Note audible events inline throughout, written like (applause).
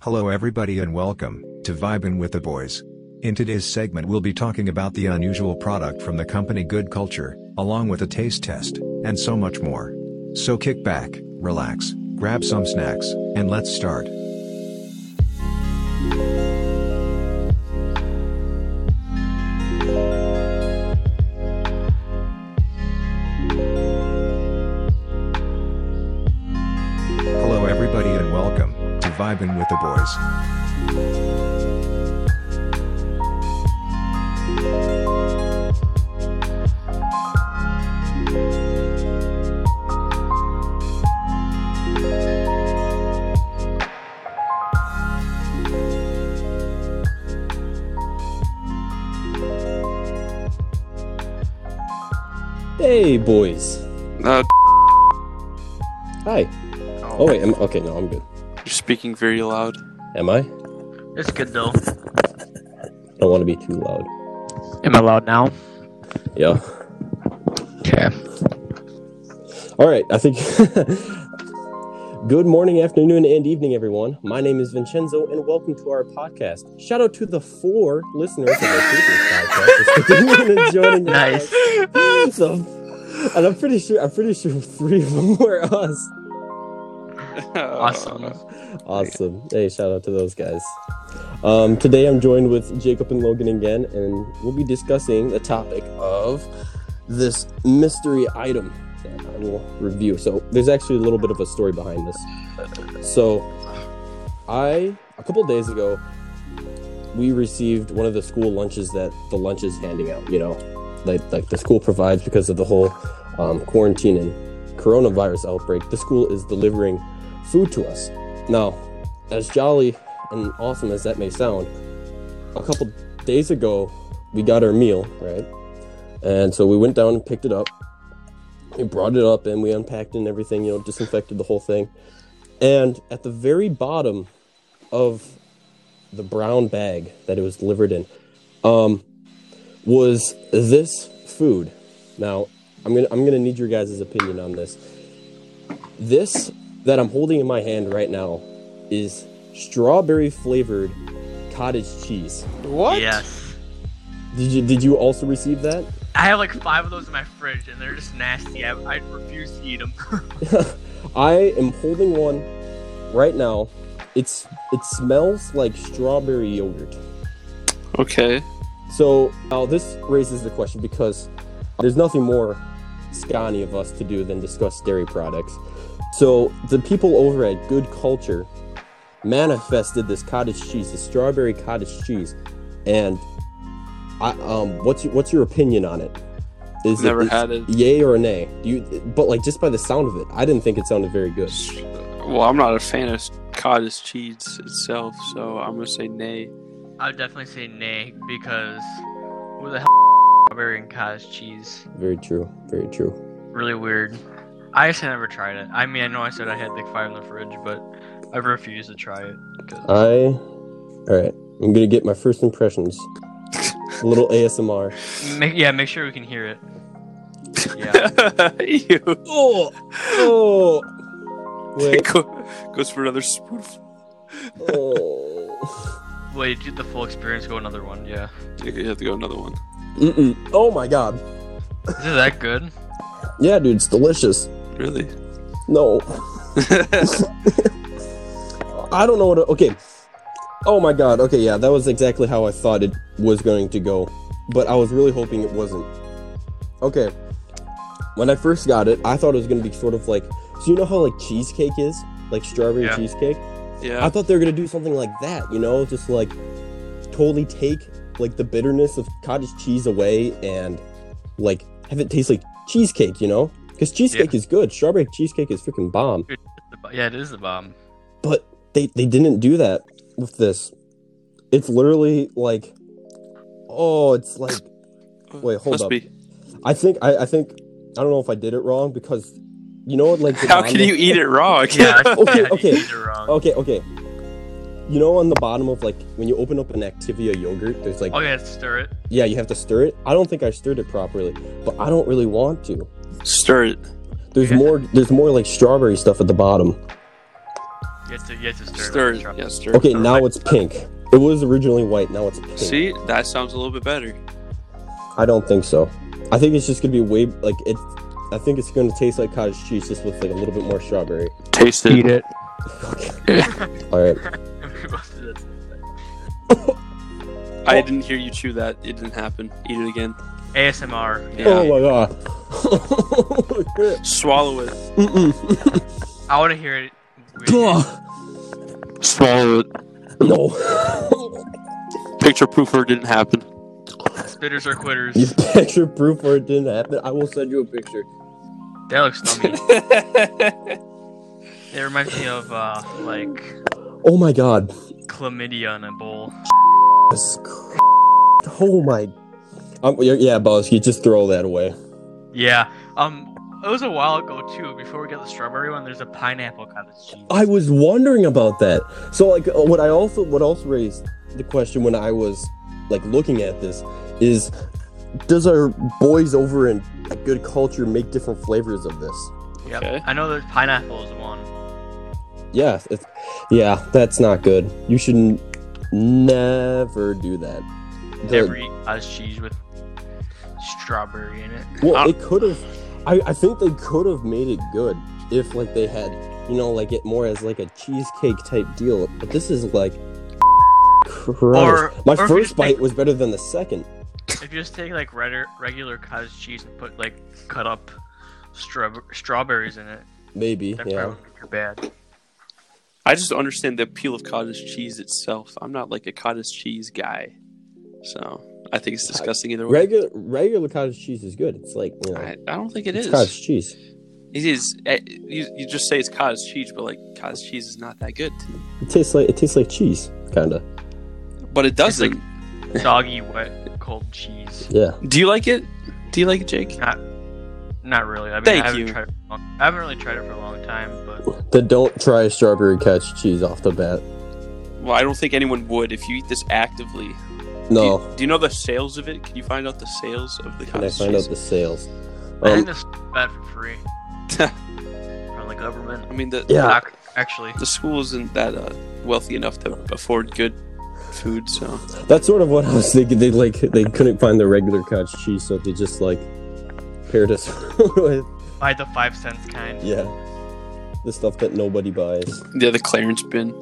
Hello everybody and welcome to Vibin with the Boys. In today's segment we'll be talking about the unusual product from the company Good Culture, along with a taste test, and so much more. So kick back, relax, grab some snacks, and let's start. Hello everybody and welcome to Vibin with the Boys. Hey, boys. Uh, Hi. Oh, wait. I'm, okay, no, I'm good. you're speaking very loud. (laughs) Am I? I It's good though. don't want to be too loud. Am I loud now? Yeah. Okay. All right. I think. (laughs) good morning, afternoon, and evening, everyone. My name is Vincenzo, and welcome to our podcast. Shout out to the four listeners of our previous (laughs) podcast for sticking in and joining Nice. us. (laughs) So, and I'm pretty sure I'm pretty sure three of them were us. Awesome. Awesome. Hey, shout out to those guys. Um, today I'm joined with Jacob and Logan again, and we'll be discussing the topic of this mystery item that I will review. So there's actually a little bit of a story behind this. So I a couple of days ago we received one of the school lunches that the lunch is handing out, you know. Like like the school provides because of the whole um, quarantine and coronavirus outbreak. The school is delivering food to us. Now, as jolly and awesome as that may sound, a couple days ago we got our meal, right? And so we went down and picked it up. We brought it up and we unpacked it and everything, you know, disinfected the whole thing. And at the very bottom of the brown bag that it was delivered in, um, was this food. Now, I'm gonna I'm gonna need your guys' opinion on this. This that I'm holding in my hand right now is strawberry flavored cottage cheese. What? Yes. Did you did you also receive that? I have like five of those in my fridge, and they're just nasty. I, I refuse to eat them. I am holding one right now. It's it smells like strawberry yogurt. Okay. So now this raises the question because there's nothing more scony of us to do than discuss dairy products. So the people over at Good Culture manifested this cottage cheese, this strawberry cottage cheese, and I, um, what's your, what's your opinion on it? Is Never is had it. Yay or nay? Do you? But like just by the sound of it, I didn't think it sounded very good. Well, I'm not a fan of cottage cheese itself, so I'm gonna say nay. (laughs) (laughs) I would definitely say nay because who the hell strawberry and cottage cheese? Very true. Very true. Really weird. I actually never tried it. I mean, I know I said I had like five in the fridge, but I refuse to try it. 'cause- I. All right. I'm gonna get my first impressions. A little ASMR. Make, yeah, make sure we can hear it. (laughs) Yeah. Ew. Oh, oh. Wait. Go- goes for another spoonful. Oh. Wait, did the full experience go another one? Yeah. Okay, you have to go another one. Mm-mm. oh my god. Is it that good? Yeah, dude, it's delicious. Really? No, I don't know what. To, okay. Oh my god. Okay, yeah, that was exactly how I thought it was going to go, but I was really hoping it wasn't. Okay. When I first got it, I thought it was going to be sort of like, so you know how like cheesecake is, like strawberry Yeah. cheesecake. I yeah. thought they were gonna do something like that, you know, just like totally take like the bitterness of cottage cheese away and like have it taste like cheesecake, you know? Because cheesecake is good. Strawberry cheesecake is freaking bomb. The bo- Yeah, it is the (laughs) bomb. But they they didn't do that with this. It's literally like, oh, it's like wait, hold Must up. Be. I think I, I think I don't know if I did it wrong because you know what like the (laughs) (laughs) How can Domino's- you eat it raw? (laughs) I Yeah. can't- I- Okay, yeah, okay. You did it wrong. Okay, okay. You know, on the bottom of like when you open up an Activia yogurt, there's like Oh yeah, stir it. yeah, you have to stir it. I don't think I stirred it properly, but I don't really want to. Stir it. There's Yeah. more. There's more like strawberry stuff at the bottom. You have to, you have to stir, Stir it. it. up. Yeah, stir it. Okay, now it's pink. It was originally white. Now it's pink. See, that sounds a little bit better. I don't think so. I think it's just gonna be way like it. I think it's gonna taste like cottage cheese, just with like a little bit more strawberry. Taste it. it. All right. (laughs) We both did it. I didn't hear you chew that. It didn't happen. Eat it again. ASMR. Yeah. Oh my god. (laughs) Holy crap. Swallow it. (laughs) Mm-mm. I want to hear it. We- Ugh. Swallow it. no. (laughs) Picture proofer didn't happen. Spitters or quitters. you picture proof or it didn't happen. I will send you a picture. That looks yummy. it reminds me of uh, like Oh my god. chlamydia in a bowl. Jesus Christ. Oh my. Um, yeah, yeah, boss. You just throw that away. Yeah. Um, it was a while ago too. Before we get the strawberry one, there's a pineapple cottage cheese. I was wondering about that. So like, uh, what I also what also raised the question when I was like looking at this is, does our boys over in Good Culture make different flavors of this? Yep. Okay. I know there's pineapple is one. Yeah, it's, yeah, that's not good. You should n- never do that. The- Never eat cottage uh, cheese with strawberry in it. well, I- it could have. I, I think they could have made it good if like they had you know like it more as like a cheesecake type deal. But this is like. (laughs) Christ. Or- My or if you first just make- bite was better than the second. If you just take like regular regular cottage cheese and put like cut up straw- strawberries in it, Maybe, that yeah. probably wouldn't be too bad. I just don't understand the appeal of cottage cheese itself. I'm not like a cottage cheese guy, so I think it's disgusting either way. Regular regular cottage cheese is good. It's like you know, I, I don't think it it's is. cottage cheese. It is. eh, You, you just say it's cottage cheese, but like cottage cheese is not that good. It tastes like it tastes like cheese, kinda. But it It's like- doesn't. Doggy wet cold cheese. Yeah. Do you like it? Do you like it, Jake? Not really. I mean, Thank I haven't you. tried. It for a long, I haven't really tried it for a long time, but Then don't try strawberry cottage cheese off the bat. Well, I don't think anyone would if you eat this actively. Do you- No. Do you, know the sales of it? Can you find out the sales of the Can I cottage find out cheese? the sales? I think Um, this is bad for (laughs) free from the government. I mean, the Yeah. Not- actually, the school isn't that uh, wealthy enough to afford good food, so that's sort of what I was thinking. They like they couldn't find the regular cottage cheese, so they just like paired us (laughs) with buy the five cents kind, yeah, the stuff that nobody buys. yeah, the Clarence bin.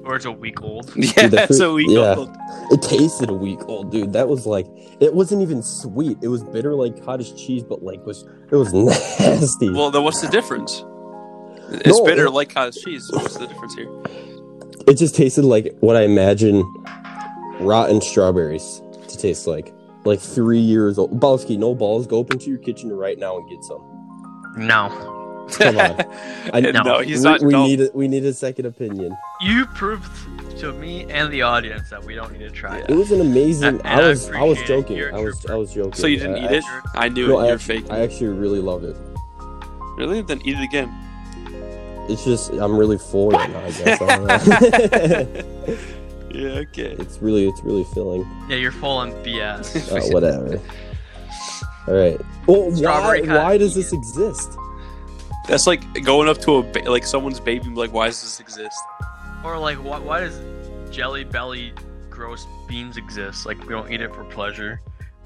(laughs) or it's a week old. Yeah, the that's fruit- a week yeah. old. It tasted a week old, dude. That was like it wasn't even sweet. It was bitter like cottage cheese, but like was it was (laughs) nasty. Well, then what's the difference? It's No, bitter it- like cottage cheese. So what's the difference here? It just tasted like what I imagine rotten strawberries to taste like. Like three years old. Balski, no balls. Go up into your kitchen right now and get some. No, (laughs) Come on. I- no, No. he's we, not. we no. need a, we need a second opinion. you proved to me and the audience that we don't need to try It it. was an amazing. And- I and I was I was appreciate it. joking. You're a I was trooper. I was joking. (laughs) so you didn't I- eat it? I knew No, it. I You're actually, fake. I actually really love it. Really? Then eat it again. It's just I'm really full right now. I guess. I don't know. (laughs) Yeah. Okay. it's really it's really filling. Yeah, you're full on BS. (laughs) Uh, whatever. All right. Well, why, Strawberry cotton why does this cheese. exist? That's like going up to a ba- like someone's baby. and be Like, why does this exist? or like, why, why does Jelly Belly gross beans exist? Like, we don't eat it for pleasure.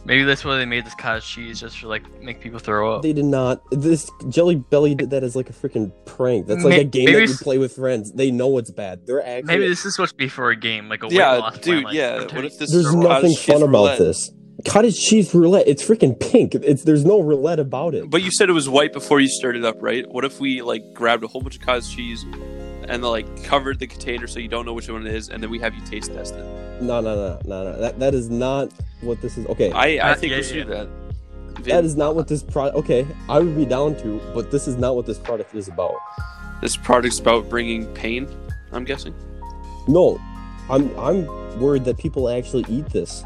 Maybe that's why they made this cottage cheese, just for like make people throw up. They did not. This Jelly Belly did that as like a freaking prank. That's like May- a game maybe that you it's- play with friends. They know it's bad. They're actually. Maybe this is supposed to be for a game, like a weight yeah, loss plan, dude. like, yeah. pretend What if this is (laughs) there's a cottage nothing cheese fun about roulette? this. Cottage cheese roulette. It's freaking pink. It's there's no roulette about it. But you said it was white before you stirred it up, right? What if we like grabbed a whole bunch of cottage cheese and like covered the container so you don't know which one it is, and then we have you taste test it? No, no, no, no, no. That that is not what this is. Okay, I I Uh, think yeah, we should yeah. do that. Vin, that is not what this product. Okay, I would be down to, but this is not what this product is about. This product's about bringing pain. I'm guessing. No, I'm I'm worried that people actually eat this.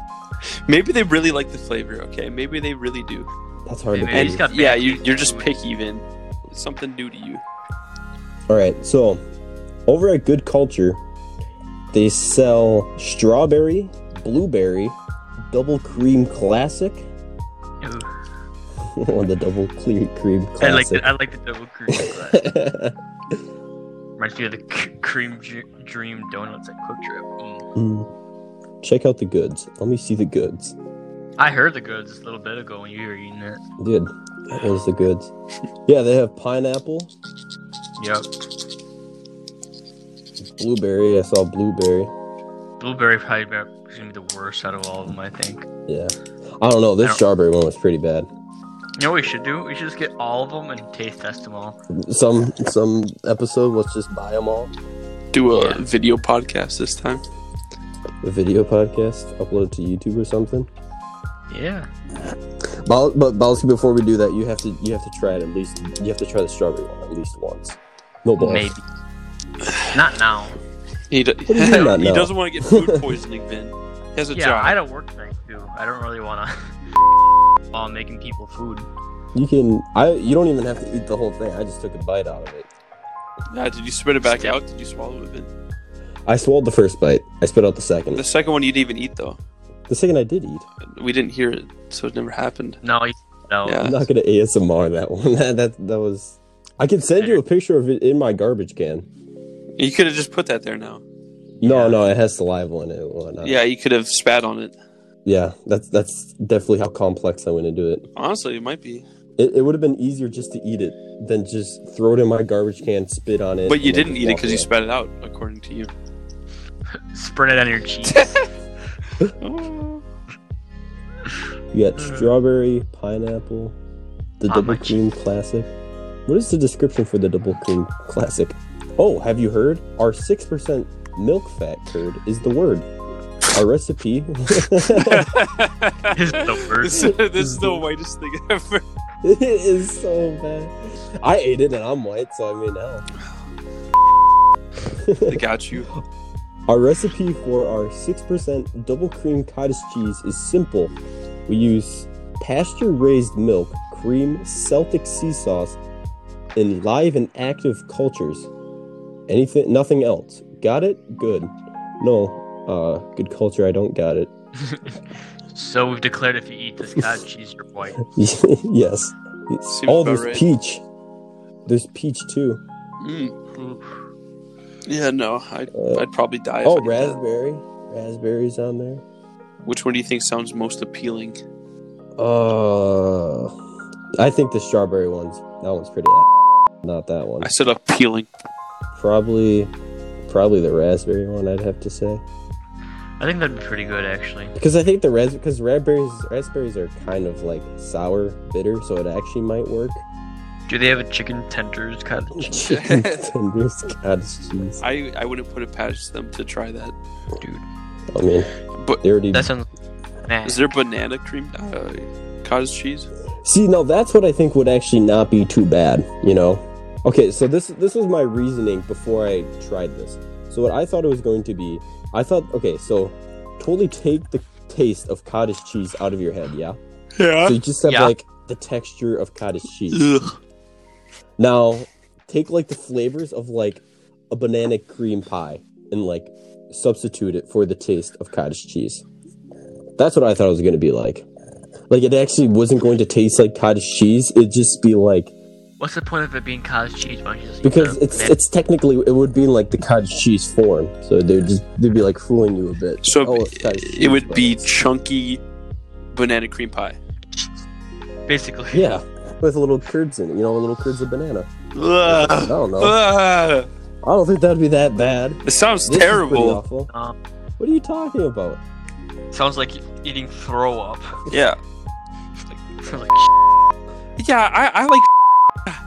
Maybe they really like the flavor. Okay, maybe they really do. That's hard Maybe to they believe. just got yeah, bad you, taste you're just buds. picky, Vin. It's something new to you. All right, so over at Good Culture, they sell strawberry, blueberry, double cream classic. (laughs) Ooh. the double clear cream I like classic. (laughs) the, I like the double cream. Reminds me of the c- cream Ju- dream donuts at Quick Trip. Mm. Mm. Check out the goods. Let me see the goods. I heard the goods a little bit ago when you were eating it. Dude, that was the goods. Yeah, they have pineapple, Yep. blueberry. I saw blueberry. Blueberry probably be- is gonna be the worst out of all of them, I think. You Yeah. I don't know. This I don't- strawberry one was pretty bad. know what we should do? We should just get all of them and taste test them all. Some some episode, let's just buy them all. Do a Yeah. video podcast this time. A video podcast, upload it to YouTube or something. Yeah. Bal- But Balsky, before we do that, you have to you have to try it at least. You have to try the strawberry one at least once. No balls. Maybe. Not now. He, do- do you mean not (laughs) he now? doesn't want to get food poisoning, Vin. He has a yeah, job. I don't work thing too. I don't really wanna (laughs) while I'm making people food. You can. I. You don't even have to eat the whole thing. I just took a bite out of it. Ah, did you spit it back out? Did you swallow it, Vin? I swallowed the first bite. I spit out the second. The second one you didn't even eat, though. the second I did eat. We didn't hear it, so it never happened. No, you- no. Yeah. I'm not gonna ASMR that one. (laughs) that that that was. I can send you a picture of it in my garbage can. You could have just put that there now. No, Yeah. no, it has saliva on it. and whatnot. Yeah, you could have spat on it. yeah. That's that's definitely how complex I went into it. Honestly, it might be. It, it would have been easier just to eat it than just throw it in my garbage can, spit on it. But you and then didn't just eat it walk because you away. spat it out, according (laughs) to you. Spread it on your cheeks. Oh. You got strawberry, pineapple, the Not double much. cream classic. What is the description for the double cream classic? Oh, have you heard? Our 6% milk fat curd is the word. Our recipe. (laughs) it Is the (laughs) This, worst. this is the whitest thing ever. (laughs) is so bad. I ate it and I'm white, so I mean, hell. They got you. Our recipe for our 6% double cream cottage cheese is simple. We use pasture raised milk, cream, Celtic sea sauce, in live and active cultures. Anything, nothing else. Got it? Good. No, uh, good culture, I don't got it. (laughs) (laughs) So we've declared if you eat this cottage cheese, you're white. yes. Seems oh, about there's right. peach. There's peach too. Mm. Oof. Yeah, no, I'd, Uh, I'd probably die. if I oh, did that. raspberry. Raspberries on there. Which one do you think sounds most appealing? Uh, I think the strawberry one's that one's pretty. A- not that one. I said appealing. Probably, probably the raspberry one. I'd have to say I think that'd be pretty good actually. because I think the ras because raspberries raspberries are kind of like sour, bitter, so it actually might work. Do they have a chicken tenders cottage (laughs) cheese? Chicken tenders, cottage cheese. I, I wouldn't put it past them to try that. Dude, I mean, But- they already. that sounds. Nah. Is there banana cream uh, cottage cheese? See, no, that's what I think would actually not be too bad, you know. Okay, so this this was my reasoning before I tried this. So what I thought it was going to be, I thought, okay, so totally take the taste of cottage cheese out of your head, yeah. Yeah. So you just have Yeah. like the texture of cottage cheese. Ugh. Now, take like the flavors of like a banana cream pie and like substitute it for the taste of cottage cheese. That's what I thought it was going to be like. Like it actually wasn't going to taste like cottage cheese. It'd just be like What's the point of it being cottage cheese? Why don't you just eat because the it's banana- it's technically it would be in like the cottage cheese form, so they'd just they'd be like fooling you a bit. So Oh, it's cottage it, cheese, would but be it's- chunky banana cream pie. basically. yeah, with little curds in it. You know, little curds of banana. I Ugh. don't know. Ugh. I don't think that'd be that bad. It sounds This is pretty terrible. awful. (laughs) Um, What are you talking about? Sounds like eating throw up. Yeah. (laughs) Sounds like Yeah, I, I like.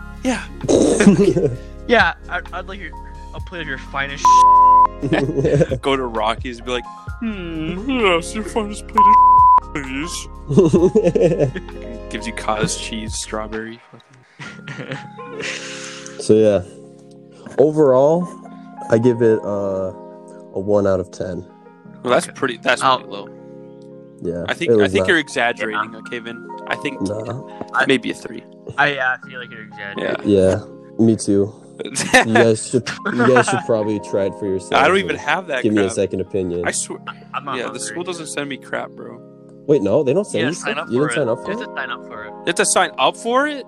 (laughs) Yeah. (laughs) shit. Yeah, I'd, I'd like your, a plate of your finest. Go to Rockies and be like, hmm, yeah, it's your finest (laughs) plate of it is. Gives you cottage cheese, strawberry. so yeah, overall, I give it uh, a one out of ten. Well, that's pretty. That's Ow. pretty low. Yeah, I think. it I was think not- you're exaggerating, okay, Vin. I (laughs) think Nah, maybe a three. I uh, feel like (laughs) you're exaggerating. yeah, me too. You I guys should you guys should probably try it for yourself. don't even have that. Give me a crap. second opinion. I swear. I'm not Yeah, hungry. the school doesn't send me crap, bro. Wait, no, they don't send You gotta you. sign stuff? up you for didn't it. sign up for you have it. to sign up for it. You have to sign up for it.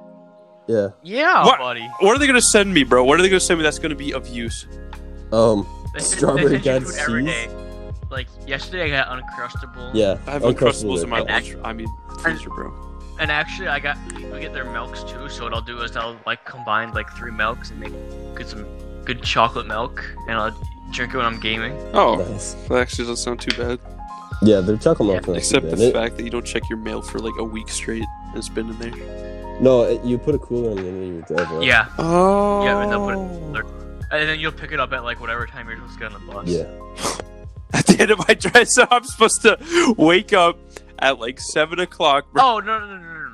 Yeah. Yeah, What? buddy. What are they gonna send me, bro? What are they gonna send me that's gonna be of use? Um. They send- they Strawberry send you God food every sees? day. Like yesterday, I got uncrustable. Yeah. I have Uncrustables Uncrustables in my And lunch. I mean, freezer, bro. And actually, I got we get their milks too. So what I'll do is I'll like combine like three milks and make get some good chocolate milk, and I'll drink it when I'm gaming. Oh, Nice. that actually doesn't sound too bad. Yeah, they're chocolate milk. nice Except and the it- fact that you don't check your mail for like a week straight. and It's been in there. No, it, you put a cooler in the end of your driveway. Yeah, Oh. Yeah, but they'll put and then you'll pick it up at like whatever time you're supposed to get on the bus. Yeah. At the end of my (laughs) drive, so I'm supposed to wake up at like seven o'clock. Bro. Oh no no no no! no.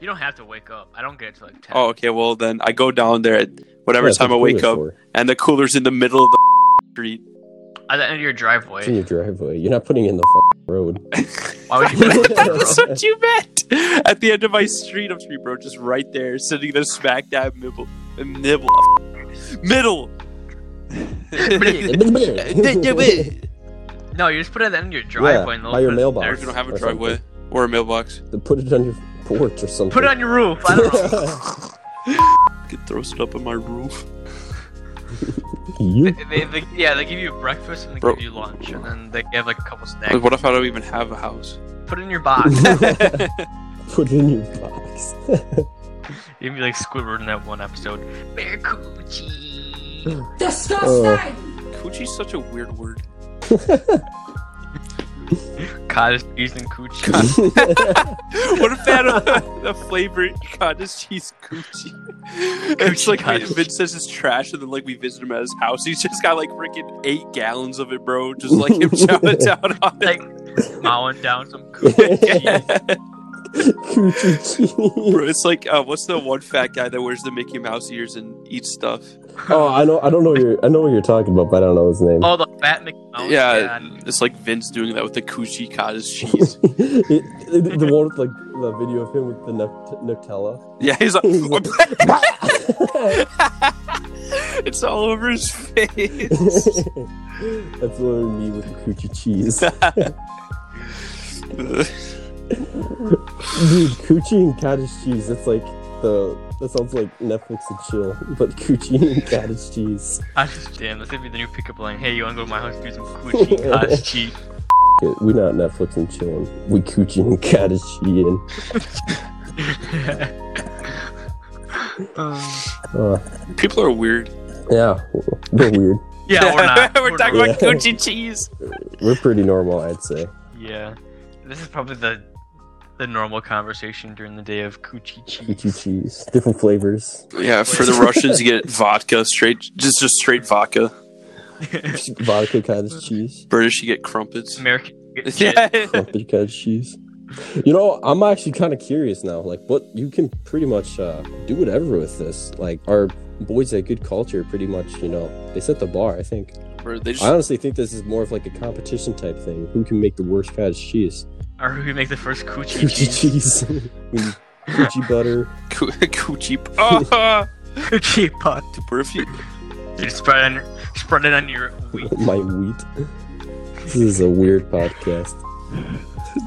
You don't have to wake up. I don't get it till like ten. Oh, okay. Well, then I go down there at whatever Yeah, it's time I a wake cooler up, for- and the cooler's in the middle of the (laughs) street. At the end of your It's in driveway. your driveway. You're not putting it in the f- (laughs) road. Why would you put it? That's what you meant. (laughs) At the end of my street of street, bro, just right there, sitting there smack dab nibble, nibble, (laughs) middle. (laughs) Middle. (laughs) Middle. (laughs) No, you just put it at the end of your driveway. and they'll by your put it mailbox. I there. don't have a Or driveway or a mailbox. They put it on your porch or something. (laughs) Put it on your roof. I don't know. Get throws it up on my roof. they, you. they, they, yeah, they give you breakfast and they Bro. give you lunch, and then they have like a couple snacks. Like, what if I don't even have a house? Put it in (laughs) your box. put it in your (laughs) box. (laughs) You'd be like Squidward in that one episode. (laughs) Bear coochie. Disgusting! Coochie's such a weird word. Cottage cheese and (laughs) coochie. (laughs) What if that uh, (laughs) the flavor cottage cheese coochie? (laughs) it's Coochie like cottage. Vince says it's trash, and then like we visit him at his house. He's just got like freaking eight gallons of it, bro. Just like (laughs) him chowing down on it. (laughs) like mowing down some (laughs) coochie. Coochie cheese. Bro, it's like uh, what's the one fat guy that wears the Mickey Mouse ears and eats stuff? Oh, I know. I don't know. What you're, I know what you're talking about, but I don't know his (laughs) name. oh, the fat McDonald's. yeah, it's like Vince doing that with the coochie cottage (laughs) cheese. the, the- the one with like the video of him with the Nut- (laughs) Nutella. (laughs) yeah, he's like, He's like- (laughs) it's all over his (laughs) face. That's literally me with the coochie cheese. Dude, coochie and cottage cheese. That's like the that sounds like Netflix and chill, but coochie and cottage cheese. I just damn. That's gonna be the new pickup line. Hey, you wanna go to my house and do some coochie and cottage cheese? Okay, we not Netflix and chillin'. We coochie and cottage cheesin'. Uh, People are weird. yeah, we're weird. yeah, we're (laughs) not. we're talking not. about coochie cheese. We're pretty normal, I'd say. Yeah, this is probably the the normal conversation during the day of coochie cheese. Coochie cheese, different flavors. Yeah, for the (laughs) Russians, you get vodka straight, just just straight vodka. Vodka cottage cheese, British, you get crumpets. American. (laughs) Yeah. Yeah, crumpet cottage cheese. You know, I'm actually kind of curious now. Like, what you can pretty much uh, do whatever with this. Like, our boys at Good Culture pretty much, you know, they set the bar. I think. Bro, they just I honestly think this is more of like a competition type thing. Who can make the worst cottage cheese? Or who can make the first (laughs) coochie Coochie cheese? cheese. (laughs) We need Coochie butter. coo- (laughs) coochie. Oh, (laughs) Coochie pot. bro, if you You spread it on your, spread it on your wheat. My wheat. This is a weird podcast.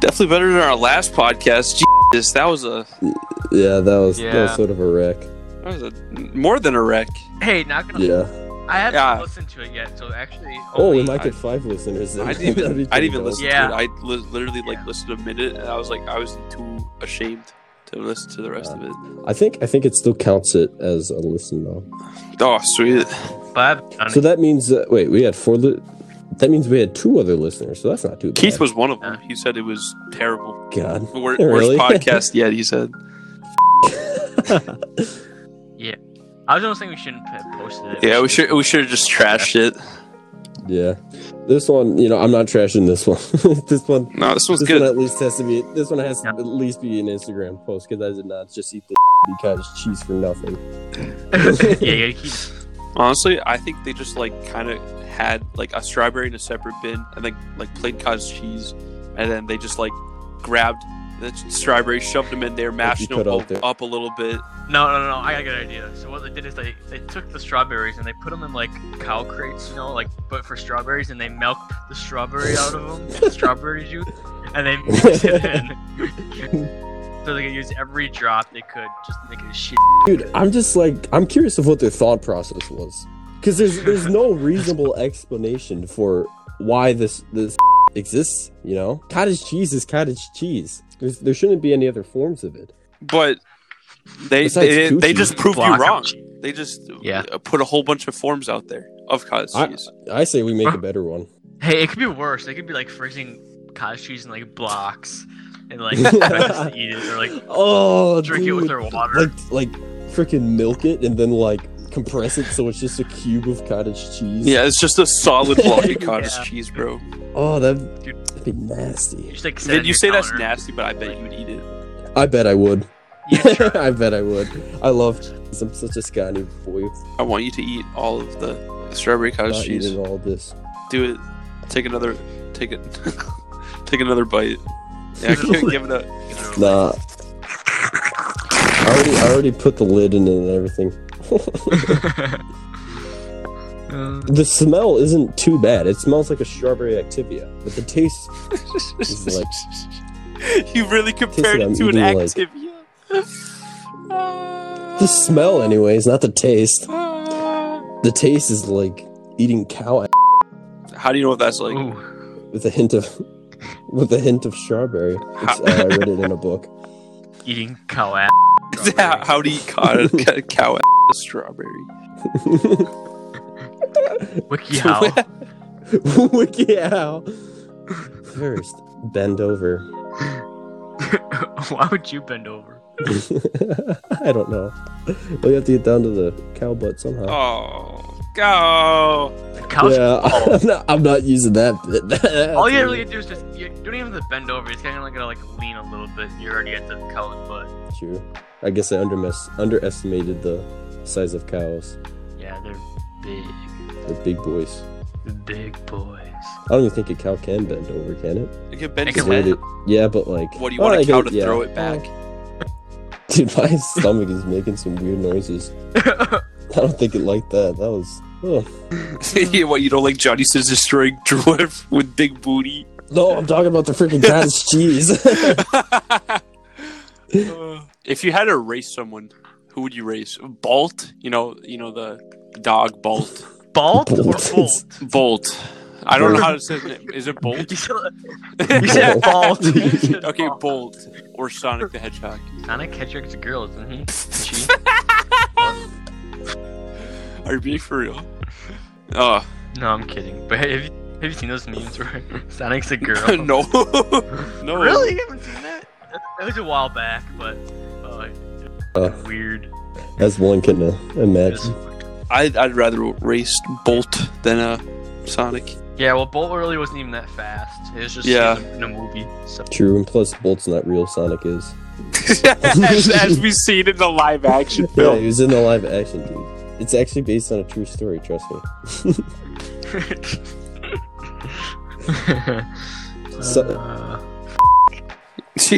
definitely better than our last podcast. Jesus, that was a Yeah, that was that was Yeah. sort of a wreck. that was a more than a wreck. Hey, not gonna. Yeah. I haven't Yeah. listened to it yet, so actually. Oh, we only- might get five listeners. then. I didn't That'd be even I didn't pretty (laughs) even dope. listen Yeah. to it. I li- literally like Yeah. listened a minute, and I was like, I was too ashamed to listen to the rest of it. I think I think it still counts it as a listen though. Oh, sweet. but I haven't done So it. that means uh, wait, we had four. Li- that means we had two other listeners. So that's not too bad. Keith was one of them. He said it was terrible. God. Wor- Really? Worst podcast yet. He said. I was almost thinking we shouldn't have posted it. (laughs) Yeah, we should we should have just trashed it. Yeah. This one, you know, I'm not trashing this one. (laughs) this one No, this one's This good. one at least has to be. This one has to Yeah. at least be an Instagram post because I did not just eat the (laughs) cottage cheese for nothing. (laughs) yeah, yeah, keep. Honestly, I think they just like kind of had like a strawberry in a separate bin, and then like played cottage cheese, and then they just like grabbed the strawberry, shoved them in there, mashed cut them out up, there. up a little bit. No, no, no, no. I got a good idea. So what they did is they they took the strawberries and they put them in like cow crates, you know, like but for strawberries, and they milked the strawberry out of them, the strawberry juice, and they mixed it in. (laughs) so they could use every drop they could just to make it a shit. Dude, I'm just like I'm curious of what their thought process was, because there's there's (laughs) no reasonable explanation for why this this (laughs) exists. You know, cottage cheese is cottage cheese. There's, there shouldn't be any other forms of it. But they Besides they, they Gucci. just proved you Block wrong. out. They just Yeah. uh, put a whole bunch of forms out there of cottage I- cheese. I say we make a better one. Hey, it could be worse. They could be like freezing cottage cheese in like blocks, and (laughs) like just eat it or like oh, drink it with dude. their water. like like freaking milk it and then like compress it so it's just a cube of cottage cheese. yeah, it's just (laughs) a solid block of cottage Yeah. cheese, bro. Oh, that Dude. that'd be you nasty. just like. sit Then on you your say that's counter. nasty, but I bet you'd eat it. I bet I would. (laughs) Yeah, sure. I bet I would. I love. cheese. I'm such a Scotty boy. I want you to eat all of the strawberry cottage Not cheese. eating all this. Do it. Take another. Take it. (laughs) take another bite. Yeah, (laughs) I can't give it up. Nah. I already, I already put the lid in it and (laughs) everything. Uh, The smell isn't too bad. It smells like a strawberry Activia, but the (laughs) taste is like (laughs) you really (laughs) compared I'm it to an eating, like- Activia. the smell, anyways, not the taste. The taste is like eating cow ass How do you know what that's like? ooh. with a hint of (laughs) with a hint of strawberry. It's, uh, I read it in a book. (laughs) eating cow ass. (laughs) how, how do you (laughs) call a cow ass a strawberry? (laughs) Wiki how. Wikihow. First, bend over. (laughs) (laughs) Why would you bend over? I don't know. Well, you have to get down to the cow butt somehow. Oh, go. The couch. yeah, Oh. (laughs) I'm, not, I'm not using that (laughs) bit. All you really do is just you don't even have to bend over. You just kind of like gotta like lean a little bit. You're already at the cow's butt. True. I guess I undermes- underestimated the size of cows. Yeah, they're big, They're big boys. They're big (laughs) boys. I don't even think a cow can bend over, can it? You can bend It your can Wait, head. it- Yeah, but like. What do you Oh, want I a cow get to it, yeah. throw it back? (laughs) Dude, my stomach is making some weird noises. I don't think it liked that. That was. Oh. (laughs) Yeah, what you don't like Johnny Sins destroying (laughs) dwarf with big booty? No, I'm talking about the freaking cottage (laughs) (laughs) cheese. if you had to race someone, who would you race? Bolt, you know, you know the dog Bolt. Bald or Bolt. bolt? Bolt. I don't know how to say it. Is it Bolt? (laughs) You said, you said bald. You said Okay, bald. Bolt or Sonic the Hedgehog. Sonic Hedgehog's a girl, isn't (laughs) he? She? Are you being for real? Oh No, I'm kidding. But have you, have you seen those memes (laughs) where Sonic's a (laughs) (laughs) girl? no, no. Really? You haven't seen that? It was a while back, but uh, Oh, weird. as one can uh, imagine. I'd, I'd rather race Bolt than uh, Sonic. Yeah, well, Bolt really wasn't even that fast. It was just Yeah. in, a, in a movie. So. (laughs) True, and plus Bolt's not real. Sonic is. (laughs) as, as we've seen in the live action Yeah, film. (laughs) he was in the live action, dude. It's actually based on a true story. Trust me. So- Uh,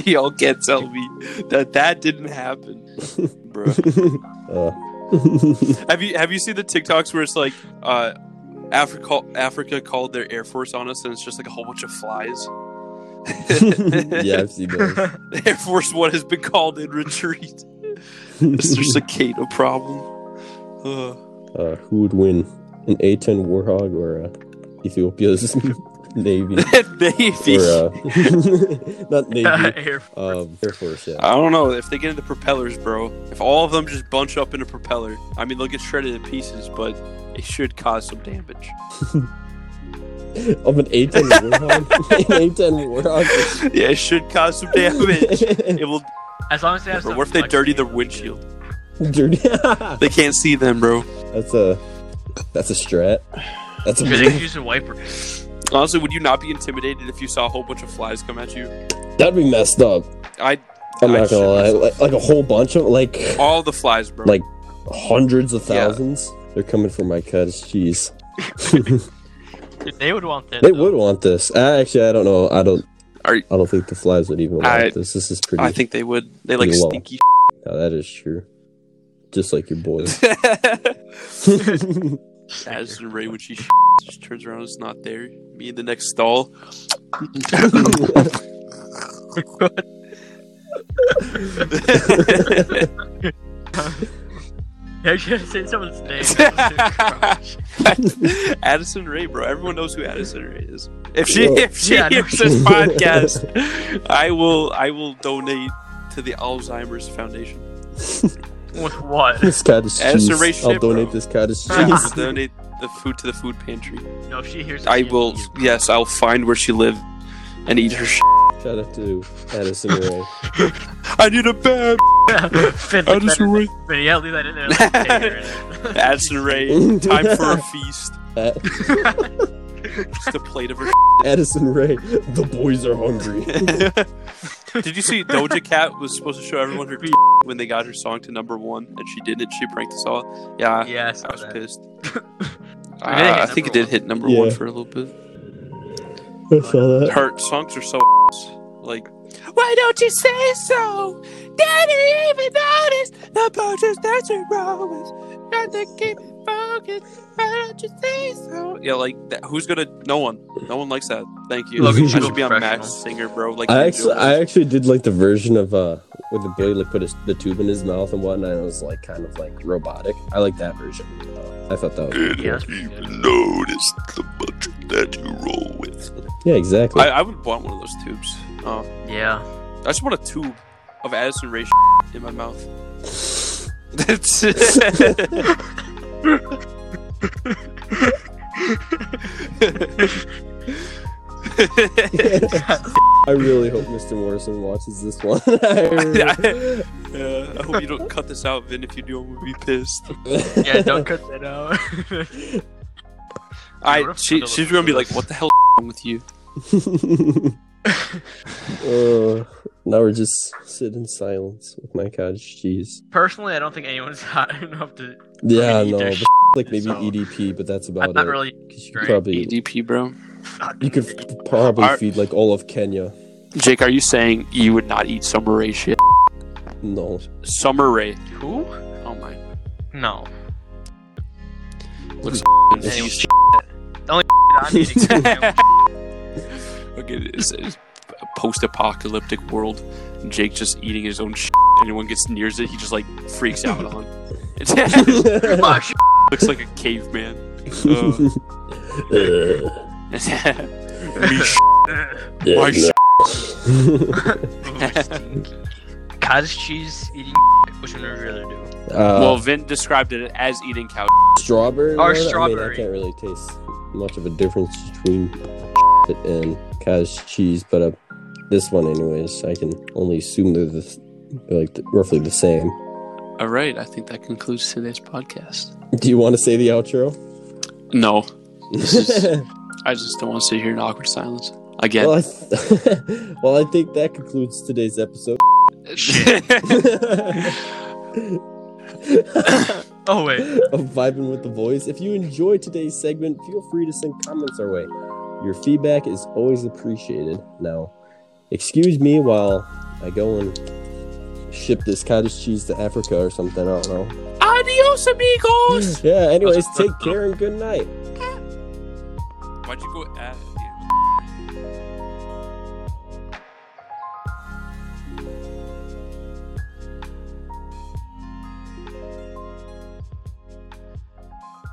Y'all can't tell me that that didn't (laughs) happen, bro. Uh, (laughs) Have you have you seen the TikToks where it's like uh, Africa Africa called their air force on us and it's just like a whole bunch of flies. (laughs) yeah, I've seen those. Air Force One has been called in retreat. (laughs) It's just a Kato problem. Ugh. (laughs) Uh, who would win, an A-10 Warhog or uh, Ethiopia's (laughs) Navy? (laughs) Navy. or uh, (laughs) not (laughs) Navy, (laughs) Air um, Air Force. Yeah. I don't know if they get into propellers, bro. If all of them just bunch up in a propeller, I mean they'll get shredded to pieces, but it should cause some damage. (laughs) Of an A-10 Warhog, an A-10 (laughs) Warhog. (laughs) yeah, it should cause some (laughs) (laughs) damage. It will. As long as they have Or some what if they dirty the their windshield? (laughs) Dirty- They can't see them, bro. that's a that's a strat. That's a They (laughs) could use a wiper. Honestly, would you not be intimidated if you saw a whole bunch of flies come at you? (laughs) that'd be messed up. I I'm I not should- gonna lie, like, like a whole bunch of like (laughs) all the flies, bro. Like- hundreds of Yeah. thousands. They're coming for my cottage (laughs) cheese. They would want (laughs) that. They though. (laughs) would want this. I, actually, I don't know. I don't. Are you- I don't think the flies would even want I- this. This is pretty. I think they would. They like Pretty well. stinky. (laughs) Yeah, that is true. Just like your boy. (laughs) Addison Ray when she sh- just turns around, it's not there. Me in (laughs) the (laughs) next stall. Yeah, you should say someone's name. That was too Addison Ray, bro. Everyone knows who Addison Ray is. If she Yeah. if she Yeah, I know. hears this podcast, I will I will donate to the Alzheimer's (laughs) Foundation. crush. With (laughs) what? this cottage That's a Ah. cheese. racist I'll shit, donate bro. this cottage I cheese. will donate the food to the food pantry. No, if she hears. I it, will. (laughs) you- Yes, I'll find where she lived and eat her. Sh- Shout out to Addison Ray. I need a bed. Fit like that Addison in- Ray. but yeah, leave that in there. (laughs) Like, take her in there. Addison Ray. (laughs) Time for (laughs) a feast. At- Just a plate of her. Addison Ray. The boys are (laughs) hungry. (laughs) Did you see Doja Cat was supposed to show everyone (laughs) her when they got her song to number one and she didn't? She pranked us all. Yeah, Yeah, I I saw was that. pissed. Uh, I think it I hit think it number did hit number Yeah. one for a little bit. I saw that. Her songs are so like. Why don't you say so? Daddy even noticed the poachers that's wrong with trying to keep it focused. Why don't you say so? Yeah, like that, who's gonna? No one. No one likes that. Thank you. Logan, you I go should be on professional. Max Singer, bro. Like I you actually, do. I actually did like the version of uh, where the boy like put his, the tube in his mouth and whatnot. And it was like kind of like robotic. I like that version. Uh, I thought that was pretty cool. Yeah, that's pretty good. notice the budget that you roll with. yeah, exactly. I, I would want one of those tubes. Oh, Yeah. I just want a tube of Addison Ray shit in my mouth. That's I really hope Mr. Morrison watches this one. (laughs) (laughs) I Yeah, I hope you don't cut this out, Vin. If you do, I'm gonna be pissed. really- Yeah, don't cut that out. (laughs) I what if she, Kendall she's listens gonna be to like, this? "What the hell wrong with you?" (laughs) Uh, now we're just sit in silence with my cottage cheese. Personally, I don't think anyone's (laughs) hot enough to. Yeah, eat no, their but (laughs) (laughs) shit, like maybe so- EDP, but that's about I'm not it. really. 'Cause you could great. E probably EDP, bro. you could f- probably Our- feed like all of Kenya. Jake, are you saying you would not eat Summer Ray shit? No, Summer Ray. Who? Oh my. (laughs) No. Looks Anyway, The only I'm eating. (laughs) is- Okay, it's, it's a post-apocalyptic world. Jake just eating his own shit. Anyone gets nears it, he just like freaks out on. It's- (laughs) (laughs) My shit. (laughs) looks like a caveman. (laughs) Uh, me shit, my shit. (laughs) (laughs) (laughs) Cottage cheese eating. (laughs) Which one would you rather do? Uh, Well, well, Vin described it as eating cow. strawberry. Or one, I, mean, I strawberry. can't really taste much of a difference between shit and cottage cheese, but uh, this one, anyways, I can only assume they're the, they're like roughly the same. All right, I think that concludes today's podcast. Do you want to say the outro? No, is- I just don't want to sit here in awkward silence again. (laughs) well, I th- (laughs) well, I think that concludes today's episode. (laughs) Oh wait. of Vibing with the Voice. If you enjoyed today's segment, feel free to send comments our way. Your feedback is always appreciated. Now, excuse me while I go and ship this cottage cheese to Africa or something. I don't know. Adios, amigos. (laughs) Yeah, anyways, take care and good night. Why'd you go? At-